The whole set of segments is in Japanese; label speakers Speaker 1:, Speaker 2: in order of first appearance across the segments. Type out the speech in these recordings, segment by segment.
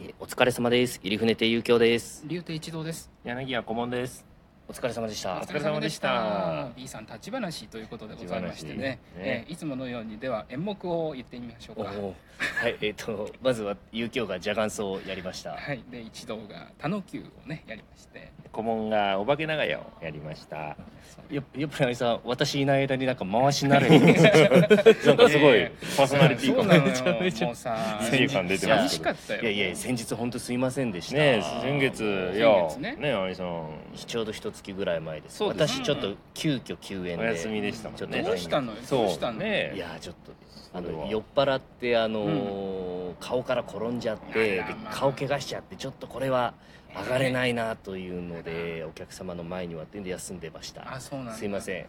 Speaker 1: えーお疲れ様です。入船亭遊興です。
Speaker 2: 竜亭一堂です。
Speaker 3: 柳家顧問です。
Speaker 1: お疲れ様でし
Speaker 2: お
Speaker 1: た。
Speaker 3: 疲れ様でした。
Speaker 2: B さん立ち話ということでございましてね。
Speaker 1: 立ち話ね
Speaker 2: えーいつものようにでは演目を言ってみましょう
Speaker 1: お
Speaker 2: か。
Speaker 1: ーはい、えっ、と、まずは遊興がジャガンソをやりました。
Speaker 2: はい。で一堂がタノキューをねやりまして。
Speaker 3: 顧問がお化け長屋をやりました。
Speaker 1: よ、よっぱりさん、私いない間になんか回し慣れて
Speaker 3: なんかすごい
Speaker 2: え
Speaker 3: パーソナリテ
Speaker 2: そ
Speaker 3: ィ
Speaker 2: う
Speaker 3: 感
Speaker 2: な
Speaker 3: が
Speaker 2: の
Speaker 1: めちゃめ ちゃ
Speaker 2: よ。もうさ、
Speaker 3: 正義感出て
Speaker 1: ま
Speaker 2: 寂
Speaker 1: す
Speaker 2: し
Speaker 3: け
Speaker 2: か
Speaker 3: ど
Speaker 2: ったよ。
Speaker 1: いやいや、先日本当すいませんでした。
Speaker 3: ねえ先月いや
Speaker 2: 先月ね
Speaker 3: ねえ兄さん
Speaker 1: ちょうど一月ぐらい前です。
Speaker 2: そうです
Speaker 1: 私ちょっと急遽休園
Speaker 3: お
Speaker 1: で。
Speaker 3: 休みでしたもん
Speaker 1: ちょっと
Speaker 3: ね。
Speaker 2: どうしたのよ。
Speaker 3: そ
Speaker 2: ど
Speaker 3: う
Speaker 2: うしたの。
Speaker 3: ね
Speaker 1: い
Speaker 3: え
Speaker 1: やー、ちょっと、あ
Speaker 3: それ
Speaker 1: の、
Speaker 3: は
Speaker 1: 酔っ払って、あのー顔から転んじゃって、で
Speaker 2: あらまあ
Speaker 1: 顔怪我しちゃって、ちょっとこれは。上がれないなというので、お客様の前に割ってんで休んでました。
Speaker 2: あ、そうなんだ
Speaker 1: すいませ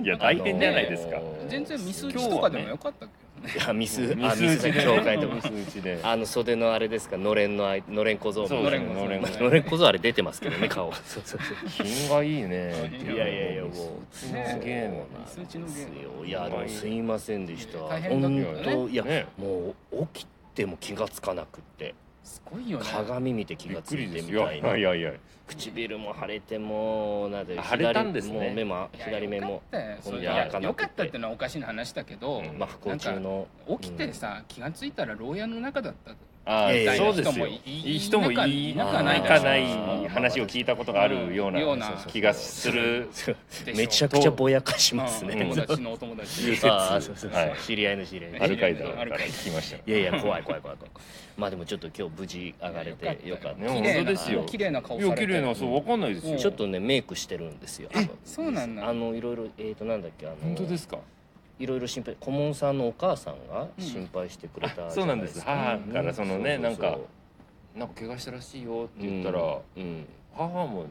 Speaker 1: ん。
Speaker 3: いや大変じゃないですか
Speaker 1: あ。のー
Speaker 2: 全然ミス打ちとかでもよかったけどね。
Speaker 1: いやミス、
Speaker 3: ミ
Speaker 1: あ
Speaker 3: ス打ちで
Speaker 1: ミスだ今日書いて
Speaker 3: ミ
Speaker 1: ま
Speaker 3: ス
Speaker 1: す。
Speaker 3: 打ちで。
Speaker 1: あの袖のあれですか、のれんのあい、のれん小僧みたいな。
Speaker 3: そうですね
Speaker 1: の
Speaker 3: のれ
Speaker 1: れん
Speaker 3: ん小
Speaker 1: 小
Speaker 3: 僧
Speaker 1: 僧。のれん小僧あれ出てますけどね、顔。そうそうそ。
Speaker 3: 品がいいね。
Speaker 2: いう
Speaker 1: いやいやいや、もう。
Speaker 3: すげえな。
Speaker 1: そうなんです
Speaker 2: ミス打ちのゲー
Speaker 1: よいや、でも、すいませんでした。
Speaker 2: 大変だったよ
Speaker 1: 本
Speaker 2: ね
Speaker 1: 当、いや、
Speaker 3: ね
Speaker 1: もう起きても気がつかなくって。
Speaker 2: すごいよね。
Speaker 1: 鏡見て気
Speaker 3: びっ
Speaker 1: が
Speaker 3: く
Speaker 1: つい
Speaker 3: り
Speaker 1: て
Speaker 3: です
Speaker 1: み
Speaker 3: よ。
Speaker 1: た
Speaker 3: い
Speaker 1: いな
Speaker 3: や。いやいや。
Speaker 1: 唇も腫れてもうなんで
Speaker 3: あ腫れたんですね
Speaker 1: 左もう目も
Speaker 2: いや
Speaker 1: 左目
Speaker 2: よ
Speaker 1: も
Speaker 2: かったよ。それ
Speaker 3: い
Speaker 2: い
Speaker 3: や
Speaker 2: やよかったってのはおかしな話だけど。
Speaker 3: うん
Speaker 1: まあ不幸中の
Speaker 2: 起きてさ、気がついたら牢屋の中だった
Speaker 3: あ
Speaker 1: いや
Speaker 3: あ
Speaker 1: いや
Speaker 3: そうです
Speaker 2: 人も
Speaker 3: よ。
Speaker 2: い
Speaker 3: いい人もいい
Speaker 2: な
Speaker 1: かない
Speaker 3: なかない話を聞いたことがあるよう
Speaker 2: よう
Speaker 3: な
Speaker 2: な
Speaker 3: 気がする。
Speaker 2: でしょ
Speaker 1: めちゃくちゃぼやかします
Speaker 2: うん
Speaker 1: ね
Speaker 2: 友達のお友 達
Speaker 3: うん
Speaker 1: ああそうそうそう、
Speaker 3: はい
Speaker 1: 知り合いの知り合いの
Speaker 3: アルカイダから聞きました。
Speaker 1: いやいや怖い怖い怖い怖いまあでもちょっと今日無事上がれてよかった
Speaker 3: よ
Speaker 2: 綺麗
Speaker 3: ね本
Speaker 2: な
Speaker 3: 当ですよ
Speaker 2: 綺麗な顔
Speaker 3: い
Speaker 2: され
Speaker 3: や
Speaker 2: て
Speaker 3: 綺麗なそうわかんないです
Speaker 2: う
Speaker 3: よ。
Speaker 2: ん
Speaker 1: ちょっとねメイクしてるんですよ
Speaker 2: そうなんだ
Speaker 1: あのいろいろえっ、となんだっけあの
Speaker 3: 本当ですか。
Speaker 1: いろいろ心配顧問さんのお母さんが心配してくれた、
Speaker 3: そうなんです。母からそのねなんか
Speaker 1: そう
Speaker 3: なんか怪我したらしいよって
Speaker 1: そう
Speaker 3: 言ったら
Speaker 1: うん
Speaker 3: 母も。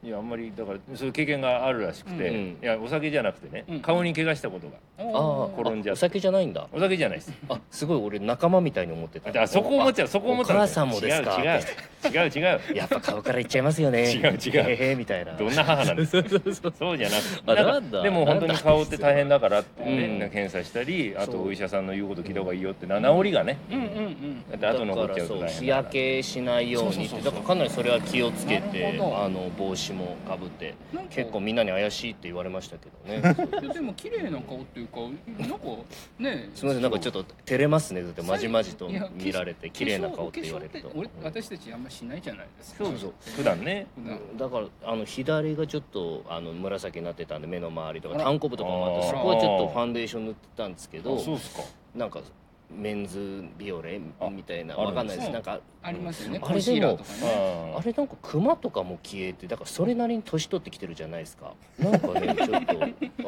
Speaker 3: いやあんまりだからそういう経験があるらしくて、
Speaker 2: うん
Speaker 1: うん
Speaker 3: いやお酒じゃなくてね、
Speaker 2: うん
Speaker 3: 顔に怪我したことが
Speaker 1: ああ
Speaker 2: おー
Speaker 3: 転んじゃって
Speaker 1: お酒じゃないんだ
Speaker 3: お酒じゃないです
Speaker 1: あすごい俺仲間みたいに思ってた
Speaker 3: だからそこ思っちゃうそこ思った
Speaker 1: お母さんもですか
Speaker 3: 違う違う違う違う
Speaker 1: やっぱ顔からいっちゃいますよね
Speaker 3: 違う違う
Speaker 1: へへみたいな
Speaker 3: どんな 母なんですか
Speaker 1: そうそうそう
Speaker 3: そうじゃなく
Speaker 1: あ
Speaker 3: てな
Speaker 1: なんん
Speaker 3: か
Speaker 1: だ
Speaker 3: でも本当に顔って大変だからって、
Speaker 1: う
Speaker 3: ね
Speaker 1: ん
Speaker 3: なんか検査したりあ
Speaker 1: そ
Speaker 3: と
Speaker 1: う
Speaker 3: お医者さんの言うこと聞いた方がいいよってな治りがね、
Speaker 2: うんうんうん
Speaker 3: だって後残っちゃ
Speaker 1: だから
Speaker 3: うと大変だか
Speaker 1: そう
Speaker 3: ら
Speaker 1: 日焼けしないようにって
Speaker 3: そうそうそうそ
Speaker 1: だ
Speaker 3: う
Speaker 1: からかなりそれは気をつけ
Speaker 2: な
Speaker 1: て
Speaker 2: るほど
Speaker 1: あの帽子もかぶって
Speaker 2: なんか
Speaker 1: 結構みんなに怪しいって言われましたけどね
Speaker 2: いやでも綺麗な顔っていうかなんかね
Speaker 1: すみませんなんかちょっと照れますねだってまじまじと
Speaker 2: いや
Speaker 1: 見られて綺麗な顔って言われる
Speaker 2: 化
Speaker 1: と
Speaker 2: 粧化粧って俺私たちあんましないじゃないですか
Speaker 3: そうそう普段ね
Speaker 2: 普段
Speaker 1: だからあの左がちょっとあの紫になってたんで目の周りとか
Speaker 2: あら
Speaker 1: タンコブとかもあって
Speaker 3: あ
Speaker 1: そ
Speaker 3: ー
Speaker 1: こはちょっとファンデーション塗ってたんですけ
Speaker 3: あ
Speaker 1: ど
Speaker 3: そうっすか
Speaker 1: なんかメンズビオレみたいな
Speaker 3: あ
Speaker 1: わかんないで
Speaker 2: そ
Speaker 1: す
Speaker 2: う
Speaker 1: なんか
Speaker 2: ありますよね
Speaker 1: あれでも
Speaker 2: コンシーラーとかね
Speaker 3: あ
Speaker 1: あれなんかクマとかも消えてだからそれなりに年取ってきてるじゃないですかなんかねちょっと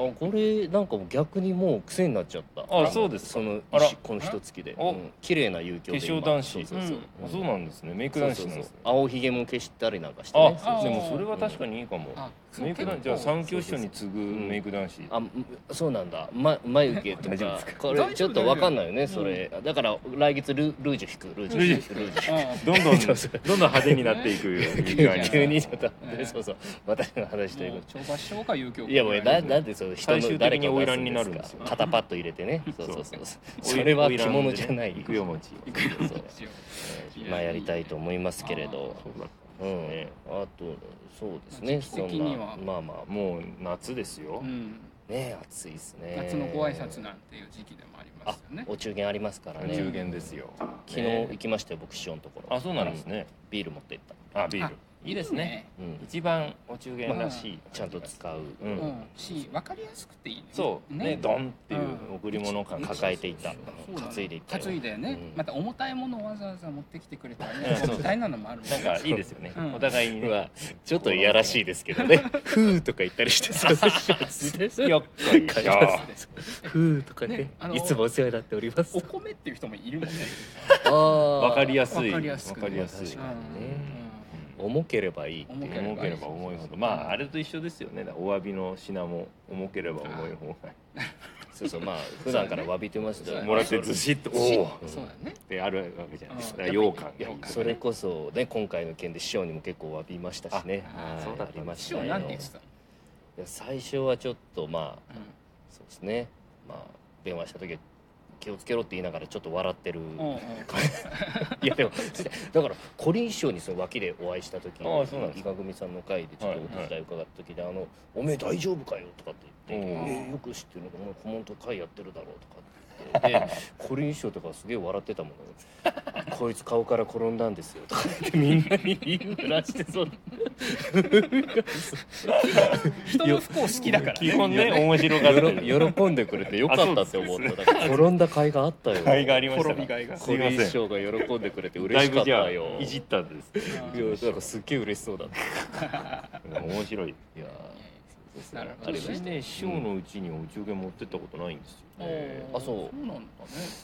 Speaker 1: あこれなんかもう逆にもう癖になっちゃった
Speaker 3: あそうですか
Speaker 1: その
Speaker 3: あら
Speaker 1: しこの一月で、
Speaker 3: お
Speaker 1: うん綺麗な遊興
Speaker 3: 化
Speaker 1: で今
Speaker 3: 粧男子
Speaker 1: そうそうそう、
Speaker 3: あそうなんですねメイク
Speaker 1: そう
Speaker 3: 男
Speaker 1: そ
Speaker 3: 子
Speaker 1: う
Speaker 3: な
Speaker 1: そ
Speaker 3: ん
Speaker 1: う
Speaker 3: ですね
Speaker 1: 青ひげも消したりなんかして
Speaker 3: あ
Speaker 1: ね
Speaker 2: あー
Speaker 3: でもそれは確かにいいかも
Speaker 2: あそう
Speaker 3: メイク男
Speaker 2: 結構
Speaker 3: 子じゃあ三教師匠に次ぐメイク男子
Speaker 1: あんそうなんだ、ま、眉毛と
Speaker 3: 大丈夫
Speaker 1: か
Speaker 3: ですか
Speaker 1: こ
Speaker 2: 大丈
Speaker 1: れ
Speaker 2: 夫
Speaker 1: ちょっとわかんないよねそれ、だから来月ルルージュ引くルージュ引くルージュ
Speaker 2: あ
Speaker 3: どんどんどんどん派手になっていくメイク男子
Speaker 1: 急にちょっと、
Speaker 2: ええ
Speaker 1: そうそう私の話とい
Speaker 2: も
Speaker 1: う
Speaker 2: う
Speaker 1: こ
Speaker 2: 懲罰しようか有給
Speaker 1: といやもうななんでその人
Speaker 3: 最終
Speaker 1: の
Speaker 3: 的
Speaker 1: 誰
Speaker 3: に
Speaker 1: か
Speaker 3: 花
Speaker 1: を出
Speaker 3: 魁
Speaker 1: す
Speaker 3: に
Speaker 1: ん
Speaker 3: な
Speaker 1: です
Speaker 3: るんで
Speaker 1: か
Speaker 3: すよ
Speaker 1: 肩パッと入れてねそうそうそう
Speaker 3: そう
Speaker 1: それは着物じゃない
Speaker 3: 行くよも
Speaker 2: し
Speaker 3: ち
Speaker 2: よう
Speaker 1: まあやりたいと思いますけれど
Speaker 3: そうだ
Speaker 1: うん
Speaker 3: ね
Speaker 1: あとそうですね
Speaker 2: 時期
Speaker 1: そ
Speaker 2: 的
Speaker 1: ん
Speaker 2: に
Speaker 1: な
Speaker 2: は
Speaker 1: まあまあ
Speaker 3: もう夏ですよ、
Speaker 2: うん
Speaker 1: ね暑いですね
Speaker 2: 夏のご挨拶なんていう時期でもありま
Speaker 1: あ
Speaker 2: すよね
Speaker 1: お中元ありますからね
Speaker 3: お中元ですよ
Speaker 1: 昨日行きましたよ僕師匠のところ
Speaker 3: あそうなんですね
Speaker 1: ビール持ってった
Speaker 3: あビー
Speaker 2: あ
Speaker 3: ルいいですね
Speaker 1: うん
Speaker 3: 一番お中元らしい、
Speaker 1: ちゃんと使う
Speaker 3: う
Speaker 2: うんんし分かりやすくていいね
Speaker 3: そうねドンっていう贈り物感
Speaker 1: 抱えていった
Speaker 2: そうだね
Speaker 1: 担いでいったよ
Speaker 2: 担いでね、
Speaker 1: うん
Speaker 2: また重たいものをわざわざ持ってきてくれたら
Speaker 3: うん
Speaker 2: ね
Speaker 3: そうそう
Speaker 2: みたいなのもあるもん
Speaker 3: なんかいいですよね、
Speaker 2: うん
Speaker 3: お互いにね
Speaker 1: はちょっといやらしいですけどね「ふー」とか言ったりしてそうです
Speaker 3: よっこいしょ
Speaker 1: ふうとかね
Speaker 2: ねあの
Speaker 1: いつもお世話になっております
Speaker 2: お米っていう人もいるもんね、
Speaker 1: ああ
Speaker 3: わかりやすい
Speaker 2: わかりやすく
Speaker 3: わかりやすい
Speaker 1: 確
Speaker 2: う
Speaker 1: かにね
Speaker 2: ん
Speaker 1: 重ければいいって
Speaker 2: 重
Speaker 1: い
Speaker 2: けれ
Speaker 1: う
Speaker 2: ば
Speaker 3: 重ければ重いほどまああれと一緒ですよねだからお詫びの品も重ければ重い方
Speaker 1: そうそうまあ普段から詫びてますけど
Speaker 2: そうだ
Speaker 3: が
Speaker 2: ね
Speaker 3: もらってずしっとおおっ
Speaker 2: そうだね
Speaker 3: てあるわけじゃないですか
Speaker 2: うん
Speaker 3: 羊羹
Speaker 2: やっぱり
Speaker 1: それこそね今回の件で師匠にも結構詫びましたしね
Speaker 2: あ
Speaker 1: はい
Speaker 3: そうだっ
Speaker 1: あ
Speaker 3: た
Speaker 1: りまし
Speaker 2: 師
Speaker 1: たよ
Speaker 2: 匠なんて言ってたの、
Speaker 1: いや最初はちょっとまあ
Speaker 2: うん
Speaker 1: そうですねまあ電話した時は気をつけろって言いながらちょっと笑ってる、
Speaker 2: うんうん
Speaker 1: いやでも そしてだからコリン師匠にその脇でお会いした時
Speaker 3: ああそうなんです
Speaker 1: 伊賀組さんの会でちょっとお手伝い伺った時で「あのおめえ大丈夫かよ」とかって言って
Speaker 3: お
Speaker 1: 「
Speaker 3: う
Speaker 1: えーよく知ってるのかお前顧問と会やってるだろ」とかって言ってでコリン師匠とかすげえ笑ってたも の「こいつ顔から転んだんですよ」とか言ってみんなに言いふらして そう
Speaker 2: 人の不幸好きだからね
Speaker 3: 基本ね面白がってる
Speaker 1: 喜んでくれてよかったって思っただから転んだ甲斐があったよ
Speaker 3: 甲斐がありました
Speaker 2: 転
Speaker 3: か
Speaker 2: びがいが
Speaker 3: す
Speaker 1: コ
Speaker 3: いま
Speaker 1: リン師
Speaker 3: せ
Speaker 1: 匠
Speaker 3: ん
Speaker 1: が喜んでくれて
Speaker 3: だ
Speaker 1: 嬉
Speaker 3: い
Speaker 1: しか
Speaker 3: ぶ
Speaker 1: っ
Speaker 3: じゃあ
Speaker 1: た
Speaker 3: い
Speaker 1: よ
Speaker 3: じったんです
Speaker 1: いやなんかすっげえ嬉しそうだった
Speaker 3: 面白い
Speaker 1: いやー
Speaker 2: なるほ
Speaker 1: あ
Speaker 2: ど
Speaker 1: り
Speaker 2: ね
Speaker 1: まし
Speaker 3: 私
Speaker 1: た
Speaker 3: ね師匠のうちにお中元持ってったことないんですよ
Speaker 2: うん
Speaker 1: えーあそう
Speaker 2: そうなんだね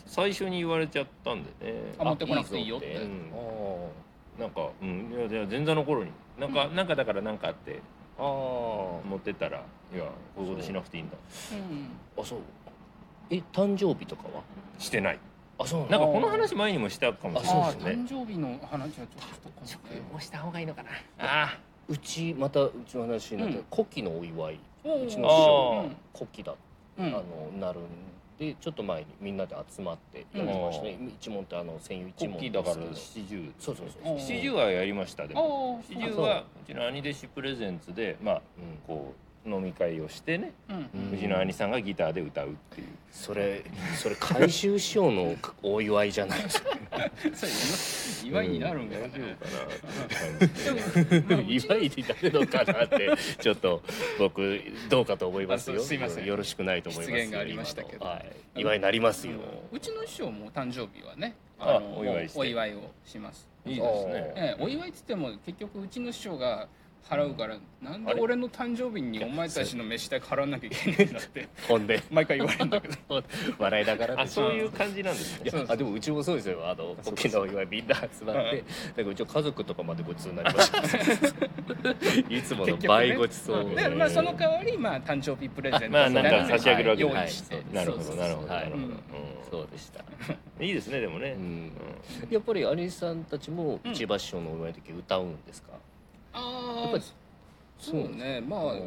Speaker 3: 最初に言われちゃったんでね
Speaker 2: あ持ってこなくていいよって
Speaker 1: いいぞ
Speaker 3: うん
Speaker 1: あー
Speaker 3: なんか、うん、いやいや前座の頃になんか、なんかだからなんかあって
Speaker 1: あー
Speaker 3: 持ってったらいやこういうことしなくていいんだ
Speaker 2: うん
Speaker 1: あそうえ誕生日とかは
Speaker 3: してない
Speaker 1: あそうな
Speaker 3: な
Speaker 1: んん
Speaker 3: か
Speaker 1: だ
Speaker 3: この話前にもしたかもしれな
Speaker 2: あ
Speaker 3: い
Speaker 2: あ
Speaker 3: ですね
Speaker 2: 誕生日の話はちょっと今回
Speaker 3: もした方がいいのかなあ
Speaker 1: うちまたうちの話になって
Speaker 2: うん
Speaker 1: 古希のお祝い
Speaker 2: お
Speaker 1: うち
Speaker 3: の師匠
Speaker 2: うん
Speaker 1: 古希だ
Speaker 2: うん
Speaker 1: あのなるんでちょっと前にみんなで集まってやりましたね一問ってあの専用一
Speaker 3: 国
Speaker 1: 問
Speaker 3: 旗
Speaker 1: で
Speaker 3: だ
Speaker 1: すけど
Speaker 3: から七十
Speaker 1: そうそう
Speaker 2: お
Speaker 1: そう
Speaker 2: ー
Speaker 3: 七十はやりましたでも
Speaker 2: おー
Speaker 3: 七十はうちの兄弟子プレゼンツでまあこう飲み会をしてね、
Speaker 2: うん
Speaker 1: う
Speaker 3: うんちの兄さんがギターで歌うっていう
Speaker 1: それそれ回収師匠のお祝いじゃない ですか
Speaker 2: そう今祝いになるんだよ
Speaker 3: 大丈
Speaker 2: ね
Speaker 3: 夫
Speaker 2: でもまあうちの
Speaker 1: 祝いになるのかなってちょっと僕どうかと思います
Speaker 2: あ
Speaker 1: よ
Speaker 2: そうすいません
Speaker 1: よろしくないと思いますよ
Speaker 2: 失言がありましたけど
Speaker 1: 今のはい、祝いになりますよ、
Speaker 2: うんうちの師匠も誕生日はね
Speaker 3: あ
Speaker 2: あの
Speaker 3: お祝いして
Speaker 2: お祝いをします
Speaker 3: いいですね
Speaker 2: ええお祝いっつっても結局うちの師匠が払うから、なんで俺の誕生日にお前たちの飯代払わなきゃいけないんだって
Speaker 1: ほんで
Speaker 2: 毎回言われるんだけど
Speaker 1: 笑いながら
Speaker 3: あ
Speaker 1: でしょ
Speaker 3: そういう感じなんです
Speaker 1: いや
Speaker 3: ね
Speaker 1: あでもうちもそうですよあの大きなお祝いみんな集まってなんかうちの家族とかまでごちそうになりました いつもの倍ごちそう、
Speaker 2: 結局ねうんでまあその代わりまあ誕生日プレゼント
Speaker 3: まあなん
Speaker 1: か差し上げるわけ
Speaker 2: みた
Speaker 1: は
Speaker 2: いなのを用
Speaker 1: い
Speaker 2: 意して、
Speaker 1: そう
Speaker 3: なるほどなるほど
Speaker 1: は
Speaker 3: ないるほど、うん
Speaker 1: そうでした、
Speaker 3: いいですねでもね、
Speaker 1: うん
Speaker 3: う、ん
Speaker 1: やっぱり有吉さんたちも
Speaker 2: うん
Speaker 1: 千葉師匠のお祝いの時歌うんですか、
Speaker 2: あ
Speaker 1: やっ
Speaker 2: あ
Speaker 1: ぱり
Speaker 2: そうねまあ
Speaker 1: うん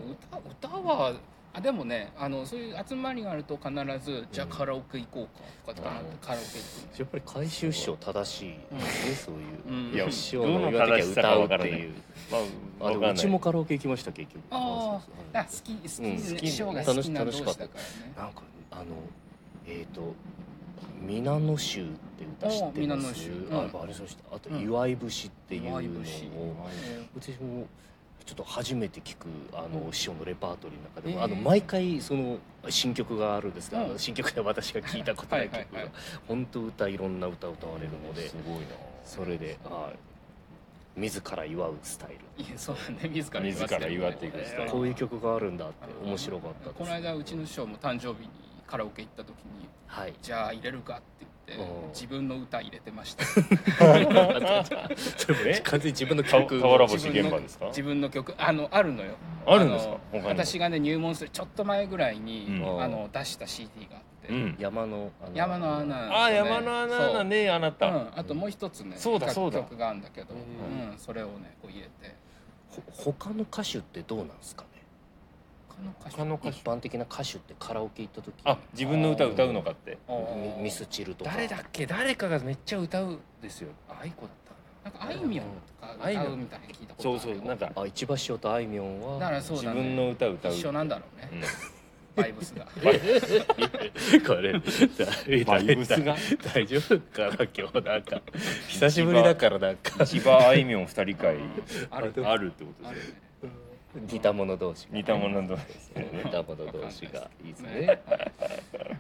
Speaker 2: 歌歌はあでもねあのそういう集まりがあると必ずじゃあカラオケ行こうかとかなってカラオケ行くの
Speaker 1: やっぱり回収師匠正しいですね、そういう、
Speaker 2: うん
Speaker 1: いや
Speaker 2: うん
Speaker 1: 師匠の言わなきゃ歌うっていう
Speaker 3: まあ、
Speaker 1: あ
Speaker 3: わ
Speaker 1: で
Speaker 3: かんな
Speaker 1: も
Speaker 3: いう
Speaker 1: ちもカラオケ行きました結局
Speaker 2: あ
Speaker 1: そう
Speaker 2: あ
Speaker 1: そう
Speaker 2: 好き好
Speaker 1: う
Speaker 2: き
Speaker 1: ん
Speaker 2: で
Speaker 1: 好
Speaker 2: す
Speaker 1: き
Speaker 2: ね師匠が好きな
Speaker 1: 楽
Speaker 2: 同
Speaker 1: し
Speaker 2: 士
Speaker 1: 楽しか
Speaker 2: だ
Speaker 1: っ
Speaker 2: か
Speaker 1: た
Speaker 2: らね
Speaker 1: そうなんかあのえっ、と「皆の衆」って歌知って
Speaker 2: ああ皆
Speaker 1: ま
Speaker 2: の
Speaker 1: す
Speaker 2: 衆うん
Speaker 1: あやっぱあれそうでしたあと「
Speaker 2: うん
Speaker 1: 祝い節」っていうのを
Speaker 2: 祝い節
Speaker 1: 私もちょっと初めて聞くあ
Speaker 2: う
Speaker 1: の
Speaker 2: ん
Speaker 1: 師匠のレパートリーの中でも、
Speaker 2: えー
Speaker 1: あの毎回その新曲があるんですが、
Speaker 2: うん
Speaker 1: 新曲で私が聞いたことない曲
Speaker 2: はい
Speaker 1: が
Speaker 2: はいは
Speaker 1: 本当歌いろんな歌歌われるので、
Speaker 3: すごいな
Speaker 1: それで、はい、自ら祝うスタイ
Speaker 2: いやそうだね自ら
Speaker 3: 自ら祝っていく
Speaker 2: ス
Speaker 3: ス
Speaker 2: タ
Speaker 3: タ
Speaker 1: ル
Speaker 2: イ
Speaker 3: イ
Speaker 2: ル
Speaker 3: ル
Speaker 1: こういう曲があるんだって面白かったです
Speaker 2: この間うちの師匠も誕生日にカラオケ行った時に
Speaker 1: はい
Speaker 2: 「じゃあ入れるか」って言って
Speaker 1: おう
Speaker 2: 自分の歌入れてました
Speaker 1: それ
Speaker 3: え
Speaker 1: 完全に自分の
Speaker 3: か
Speaker 1: 曲
Speaker 3: 俵星現場ですか
Speaker 2: 自分の曲あのあるのよ
Speaker 3: あるんですか
Speaker 2: の
Speaker 3: 他にも
Speaker 2: 私がね入門するちょっと前ぐらいに、
Speaker 3: うん
Speaker 2: あの出した CD があって、
Speaker 3: うん
Speaker 1: 山のあの
Speaker 2: 山の穴
Speaker 1: あ
Speaker 3: あー山の穴だねあな
Speaker 2: そ
Speaker 3: た、
Speaker 2: ううん、あともう一つね
Speaker 3: そうだ
Speaker 2: 楽
Speaker 3: そうだ
Speaker 2: 曲があるんだけど、
Speaker 1: うん
Speaker 2: うんそれをねこう入れて
Speaker 1: ほ他の歌手ってどうなんですかね
Speaker 2: 他の歌手
Speaker 3: 他の歌
Speaker 1: 一
Speaker 3: 手
Speaker 1: 般的な歌手ってカラオケ行った時
Speaker 3: あ自分の歌歌うのかって
Speaker 2: あー
Speaker 1: ミミスチルとか
Speaker 3: 誰だっけ誰かがめっちゃ歌うですよあいこだったか
Speaker 2: なんかあいみょんとか歌うみたいに聞いた
Speaker 3: な
Speaker 2: ことあ
Speaker 3: そ
Speaker 2: る
Speaker 3: う
Speaker 2: よ
Speaker 3: そうなんか
Speaker 1: あ一橋師匠とあいみょん
Speaker 2: だか
Speaker 1: は
Speaker 2: らそう
Speaker 3: 自
Speaker 2: だね
Speaker 3: 分の歌歌う
Speaker 2: 一緒なんだろうね、バイブスが
Speaker 1: これ
Speaker 3: うんバイブスが
Speaker 1: 大丈夫かな今日なんか久しぶりだからなんか
Speaker 3: 千葉あいみょん二人会
Speaker 2: あ る
Speaker 3: あるってこと
Speaker 2: あ
Speaker 3: で
Speaker 2: る
Speaker 3: すね
Speaker 2: ね
Speaker 1: 似た者同士が
Speaker 3: 似たものと
Speaker 1: 似た者同士がいいですね。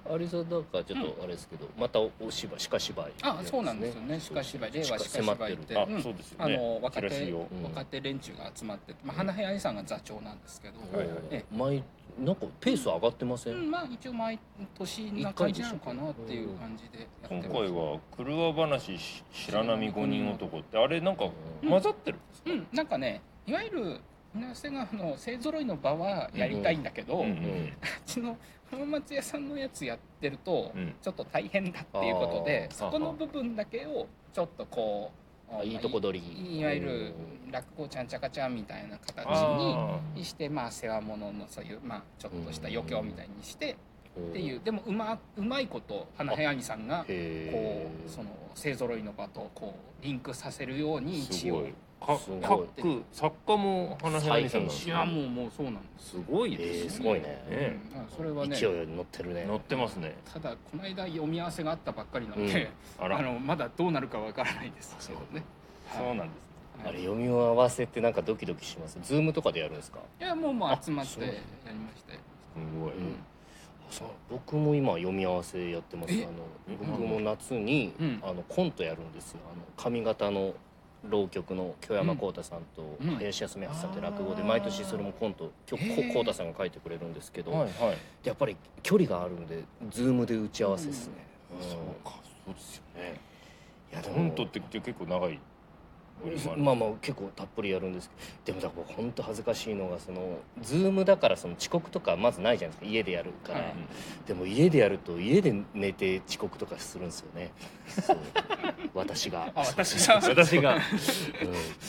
Speaker 1: あれさんなんかちょっとあれですけど、またお芝居、しか芝居、
Speaker 2: あそうなんですよね鹿芝居令和鹿芝居って
Speaker 3: あ
Speaker 2: うん
Speaker 3: そうですよ
Speaker 2: あ
Speaker 3: ね
Speaker 2: の若
Speaker 3: チラシ
Speaker 2: 手
Speaker 3: を
Speaker 1: うん
Speaker 2: 若手連中が集まってて、まあ、花部愛さんが座長なんですけど、
Speaker 3: はいはい
Speaker 2: え
Speaker 1: 前なんかペース上がってませ
Speaker 2: え
Speaker 1: ん。
Speaker 2: うんまあ一応毎年な感じなのかなっていう感じでやって
Speaker 3: 今
Speaker 2: ます
Speaker 3: 回は「車話し白波五人男」ってあれなんか混ざってるんですか
Speaker 2: うんなんかねいわゆる皆瀬川の勢ぞろいの場はやりたいんだけど、
Speaker 3: うん
Speaker 2: う
Speaker 3: う
Speaker 2: んちの浜松屋さんのやつやってると、
Speaker 3: うん
Speaker 2: ちょっと大変だっていうことで
Speaker 1: あー
Speaker 2: そこの部分だけをちょっとこう
Speaker 1: あいいとこ取り。
Speaker 2: いいわゆる落語ちゃんちゃかちゃんみたいな形
Speaker 3: あ
Speaker 2: にしてまあ世話物のそういうまあちょっとした余興みたいにして
Speaker 1: う
Speaker 2: っていうでもうまうまいこと花部兄さんがこ
Speaker 1: へ
Speaker 2: うその勢ぞろいの場とこうリンクさせるように一
Speaker 3: すご
Speaker 2: 応
Speaker 3: いか
Speaker 1: すごい
Speaker 3: 各作家も話し合いさんなんで
Speaker 1: 再
Speaker 3: す
Speaker 2: い
Speaker 1: 編
Speaker 3: ね
Speaker 2: やもうもうそうなんです
Speaker 3: すごい
Speaker 1: え
Speaker 3: で
Speaker 1: ー、
Speaker 3: す
Speaker 1: す
Speaker 3: ね
Speaker 1: ごいね
Speaker 3: え
Speaker 2: うんあそれはね
Speaker 1: 勢いに乗ってるね
Speaker 3: 乗ってますね
Speaker 2: ただこの間読み合わせがあったばっかりなので、
Speaker 3: あ
Speaker 2: あ
Speaker 3: ら
Speaker 2: のまだどうなるかわからないですけどね
Speaker 3: そうなんです
Speaker 1: あれ読み合わせってなんかドキドキしますズームとかでやるんですか
Speaker 2: いやもうもう集まっ
Speaker 1: そ
Speaker 2: て
Speaker 1: う
Speaker 2: やりましたよ
Speaker 3: すごい
Speaker 1: うんそう僕も今読み合わせやってますあ
Speaker 2: え
Speaker 1: の僕も夏に、
Speaker 2: うん
Speaker 1: あのコントやるんですよあの上方の浪曲の京山幸太さんと
Speaker 2: うん
Speaker 1: 林康康さんって落語で
Speaker 3: あー
Speaker 1: 毎年それもコント今日
Speaker 2: へー
Speaker 1: 幸太さんが書いてくれるんですけど、
Speaker 3: はいはい
Speaker 1: でやっぱり距離があるんでズームで打ち合わせですね、うん
Speaker 3: かそうですよね
Speaker 1: いやでも
Speaker 3: コントって結構長い
Speaker 1: まあまあ結構たっぷりやるんですけどでもだから本当恥ずかしいのがそのズームだからその遅刻とかまずないじゃないですか家でやるから、
Speaker 2: はい
Speaker 1: でも家でやると家で寝て遅刻とかするんですよねそう私が
Speaker 2: あ私が
Speaker 1: そう私が、うん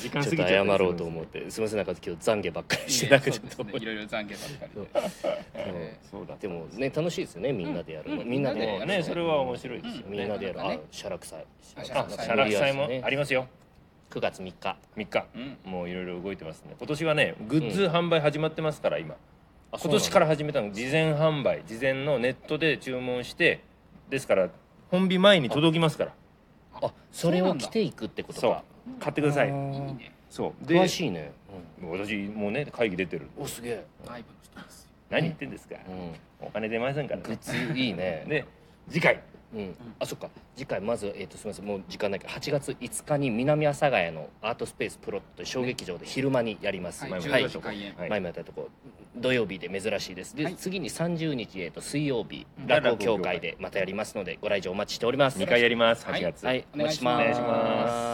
Speaker 3: 時
Speaker 1: ちょっと謝ろうと思ってすみませんなんか今日懺悔ばっかりしてなんか
Speaker 2: いや
Speaker 1: ち
Speaker 2: そ
Speaker 1: ょっ
Speaker 2: うです
Speaker 1: と
Speaker 2: ねいろいろ懺悔ばっかり
Speaker 1: う
Speaker 2: で
Speaker 1: ん
Speaker 3: そうだ
Speaker 1: でもね楽しいですよねみんなでやる、
Speaker 2: うんうん
Speaker 1: みんなでや
Speaker 2: みんなで
Speaker 1: る
Speaker 2: やる
Speaker 3: ねそれは面白いですよ
Speaker 2: うん
Speaker 1: みんなでやる、
Speaker 2: なかな
Speaker 1: あ
Speaker 2: かね
Speaker 1: シャラクサイ
Speaker 2: あシャ
Speaker 3: あ
Speaker 2: ラク
Speaker 3: シ
Speaker 2: サイ
Speaker 3: ャラクサイもあり
Speaker 1: ます
Speaker 3: ますよ
Speaker 1: 9月3日
Speaker 3: 3日
Speaker 2: うん
Speaker 3: もういろいろ動いてますね今年はねグッズ販売始まってますから今今年からら始めたの事前販売事前のネットで注文してですから本日前に届きますから
Speaker 1: あそれを着ていくってこと
Speaker 3: そう
Speaker 1: か
Speaker 3: 買ってください
Speaker 1: あ
Speaker 2: いい
Speaker 1: ー
Speaker 2: ね
Speaker 3: そうで
Speaker 1: 詳しいね、
Speaker 3: 私もうね会議出てる
Speaker 1: おすげえ、
Speaker 2: 外部の人ですよ
Speaker 3: 何言ってんですか
Speaker 1: う
Speaker 3: お金出ませんから
Speaker 1: ん、グッ
Speaker 3: ね
Speaker 1: ズいい ね
Speaker 3: で次回
Speaker 1: うん、あそっか次回まず、えー、とすみませんもう時間ないけど8月5日に南阿佐ヶ谷のアートスペースプロット小劇場で昼間にやります、
Speaker 2: はい
Speaker 1: はい、
Speaker 2: 14時開演
Speaker 3: はい
Speaker 1: 前もやったとこ土曜日で珍しいですで、
Speaker 2: はい
Speaker 1: 次に30日、えー、と水曜日
Speaker 2: うん
Speaker 1: 落語協会でまたやりますのでご来場お待ちしております
Speaker 3: 2回やります
Speaker 2: はい
Speaker 3: 8月
Speaker 1: はいお待ちしま
Speaker 2: お願
Speaker 1: す
Speaker 2: いします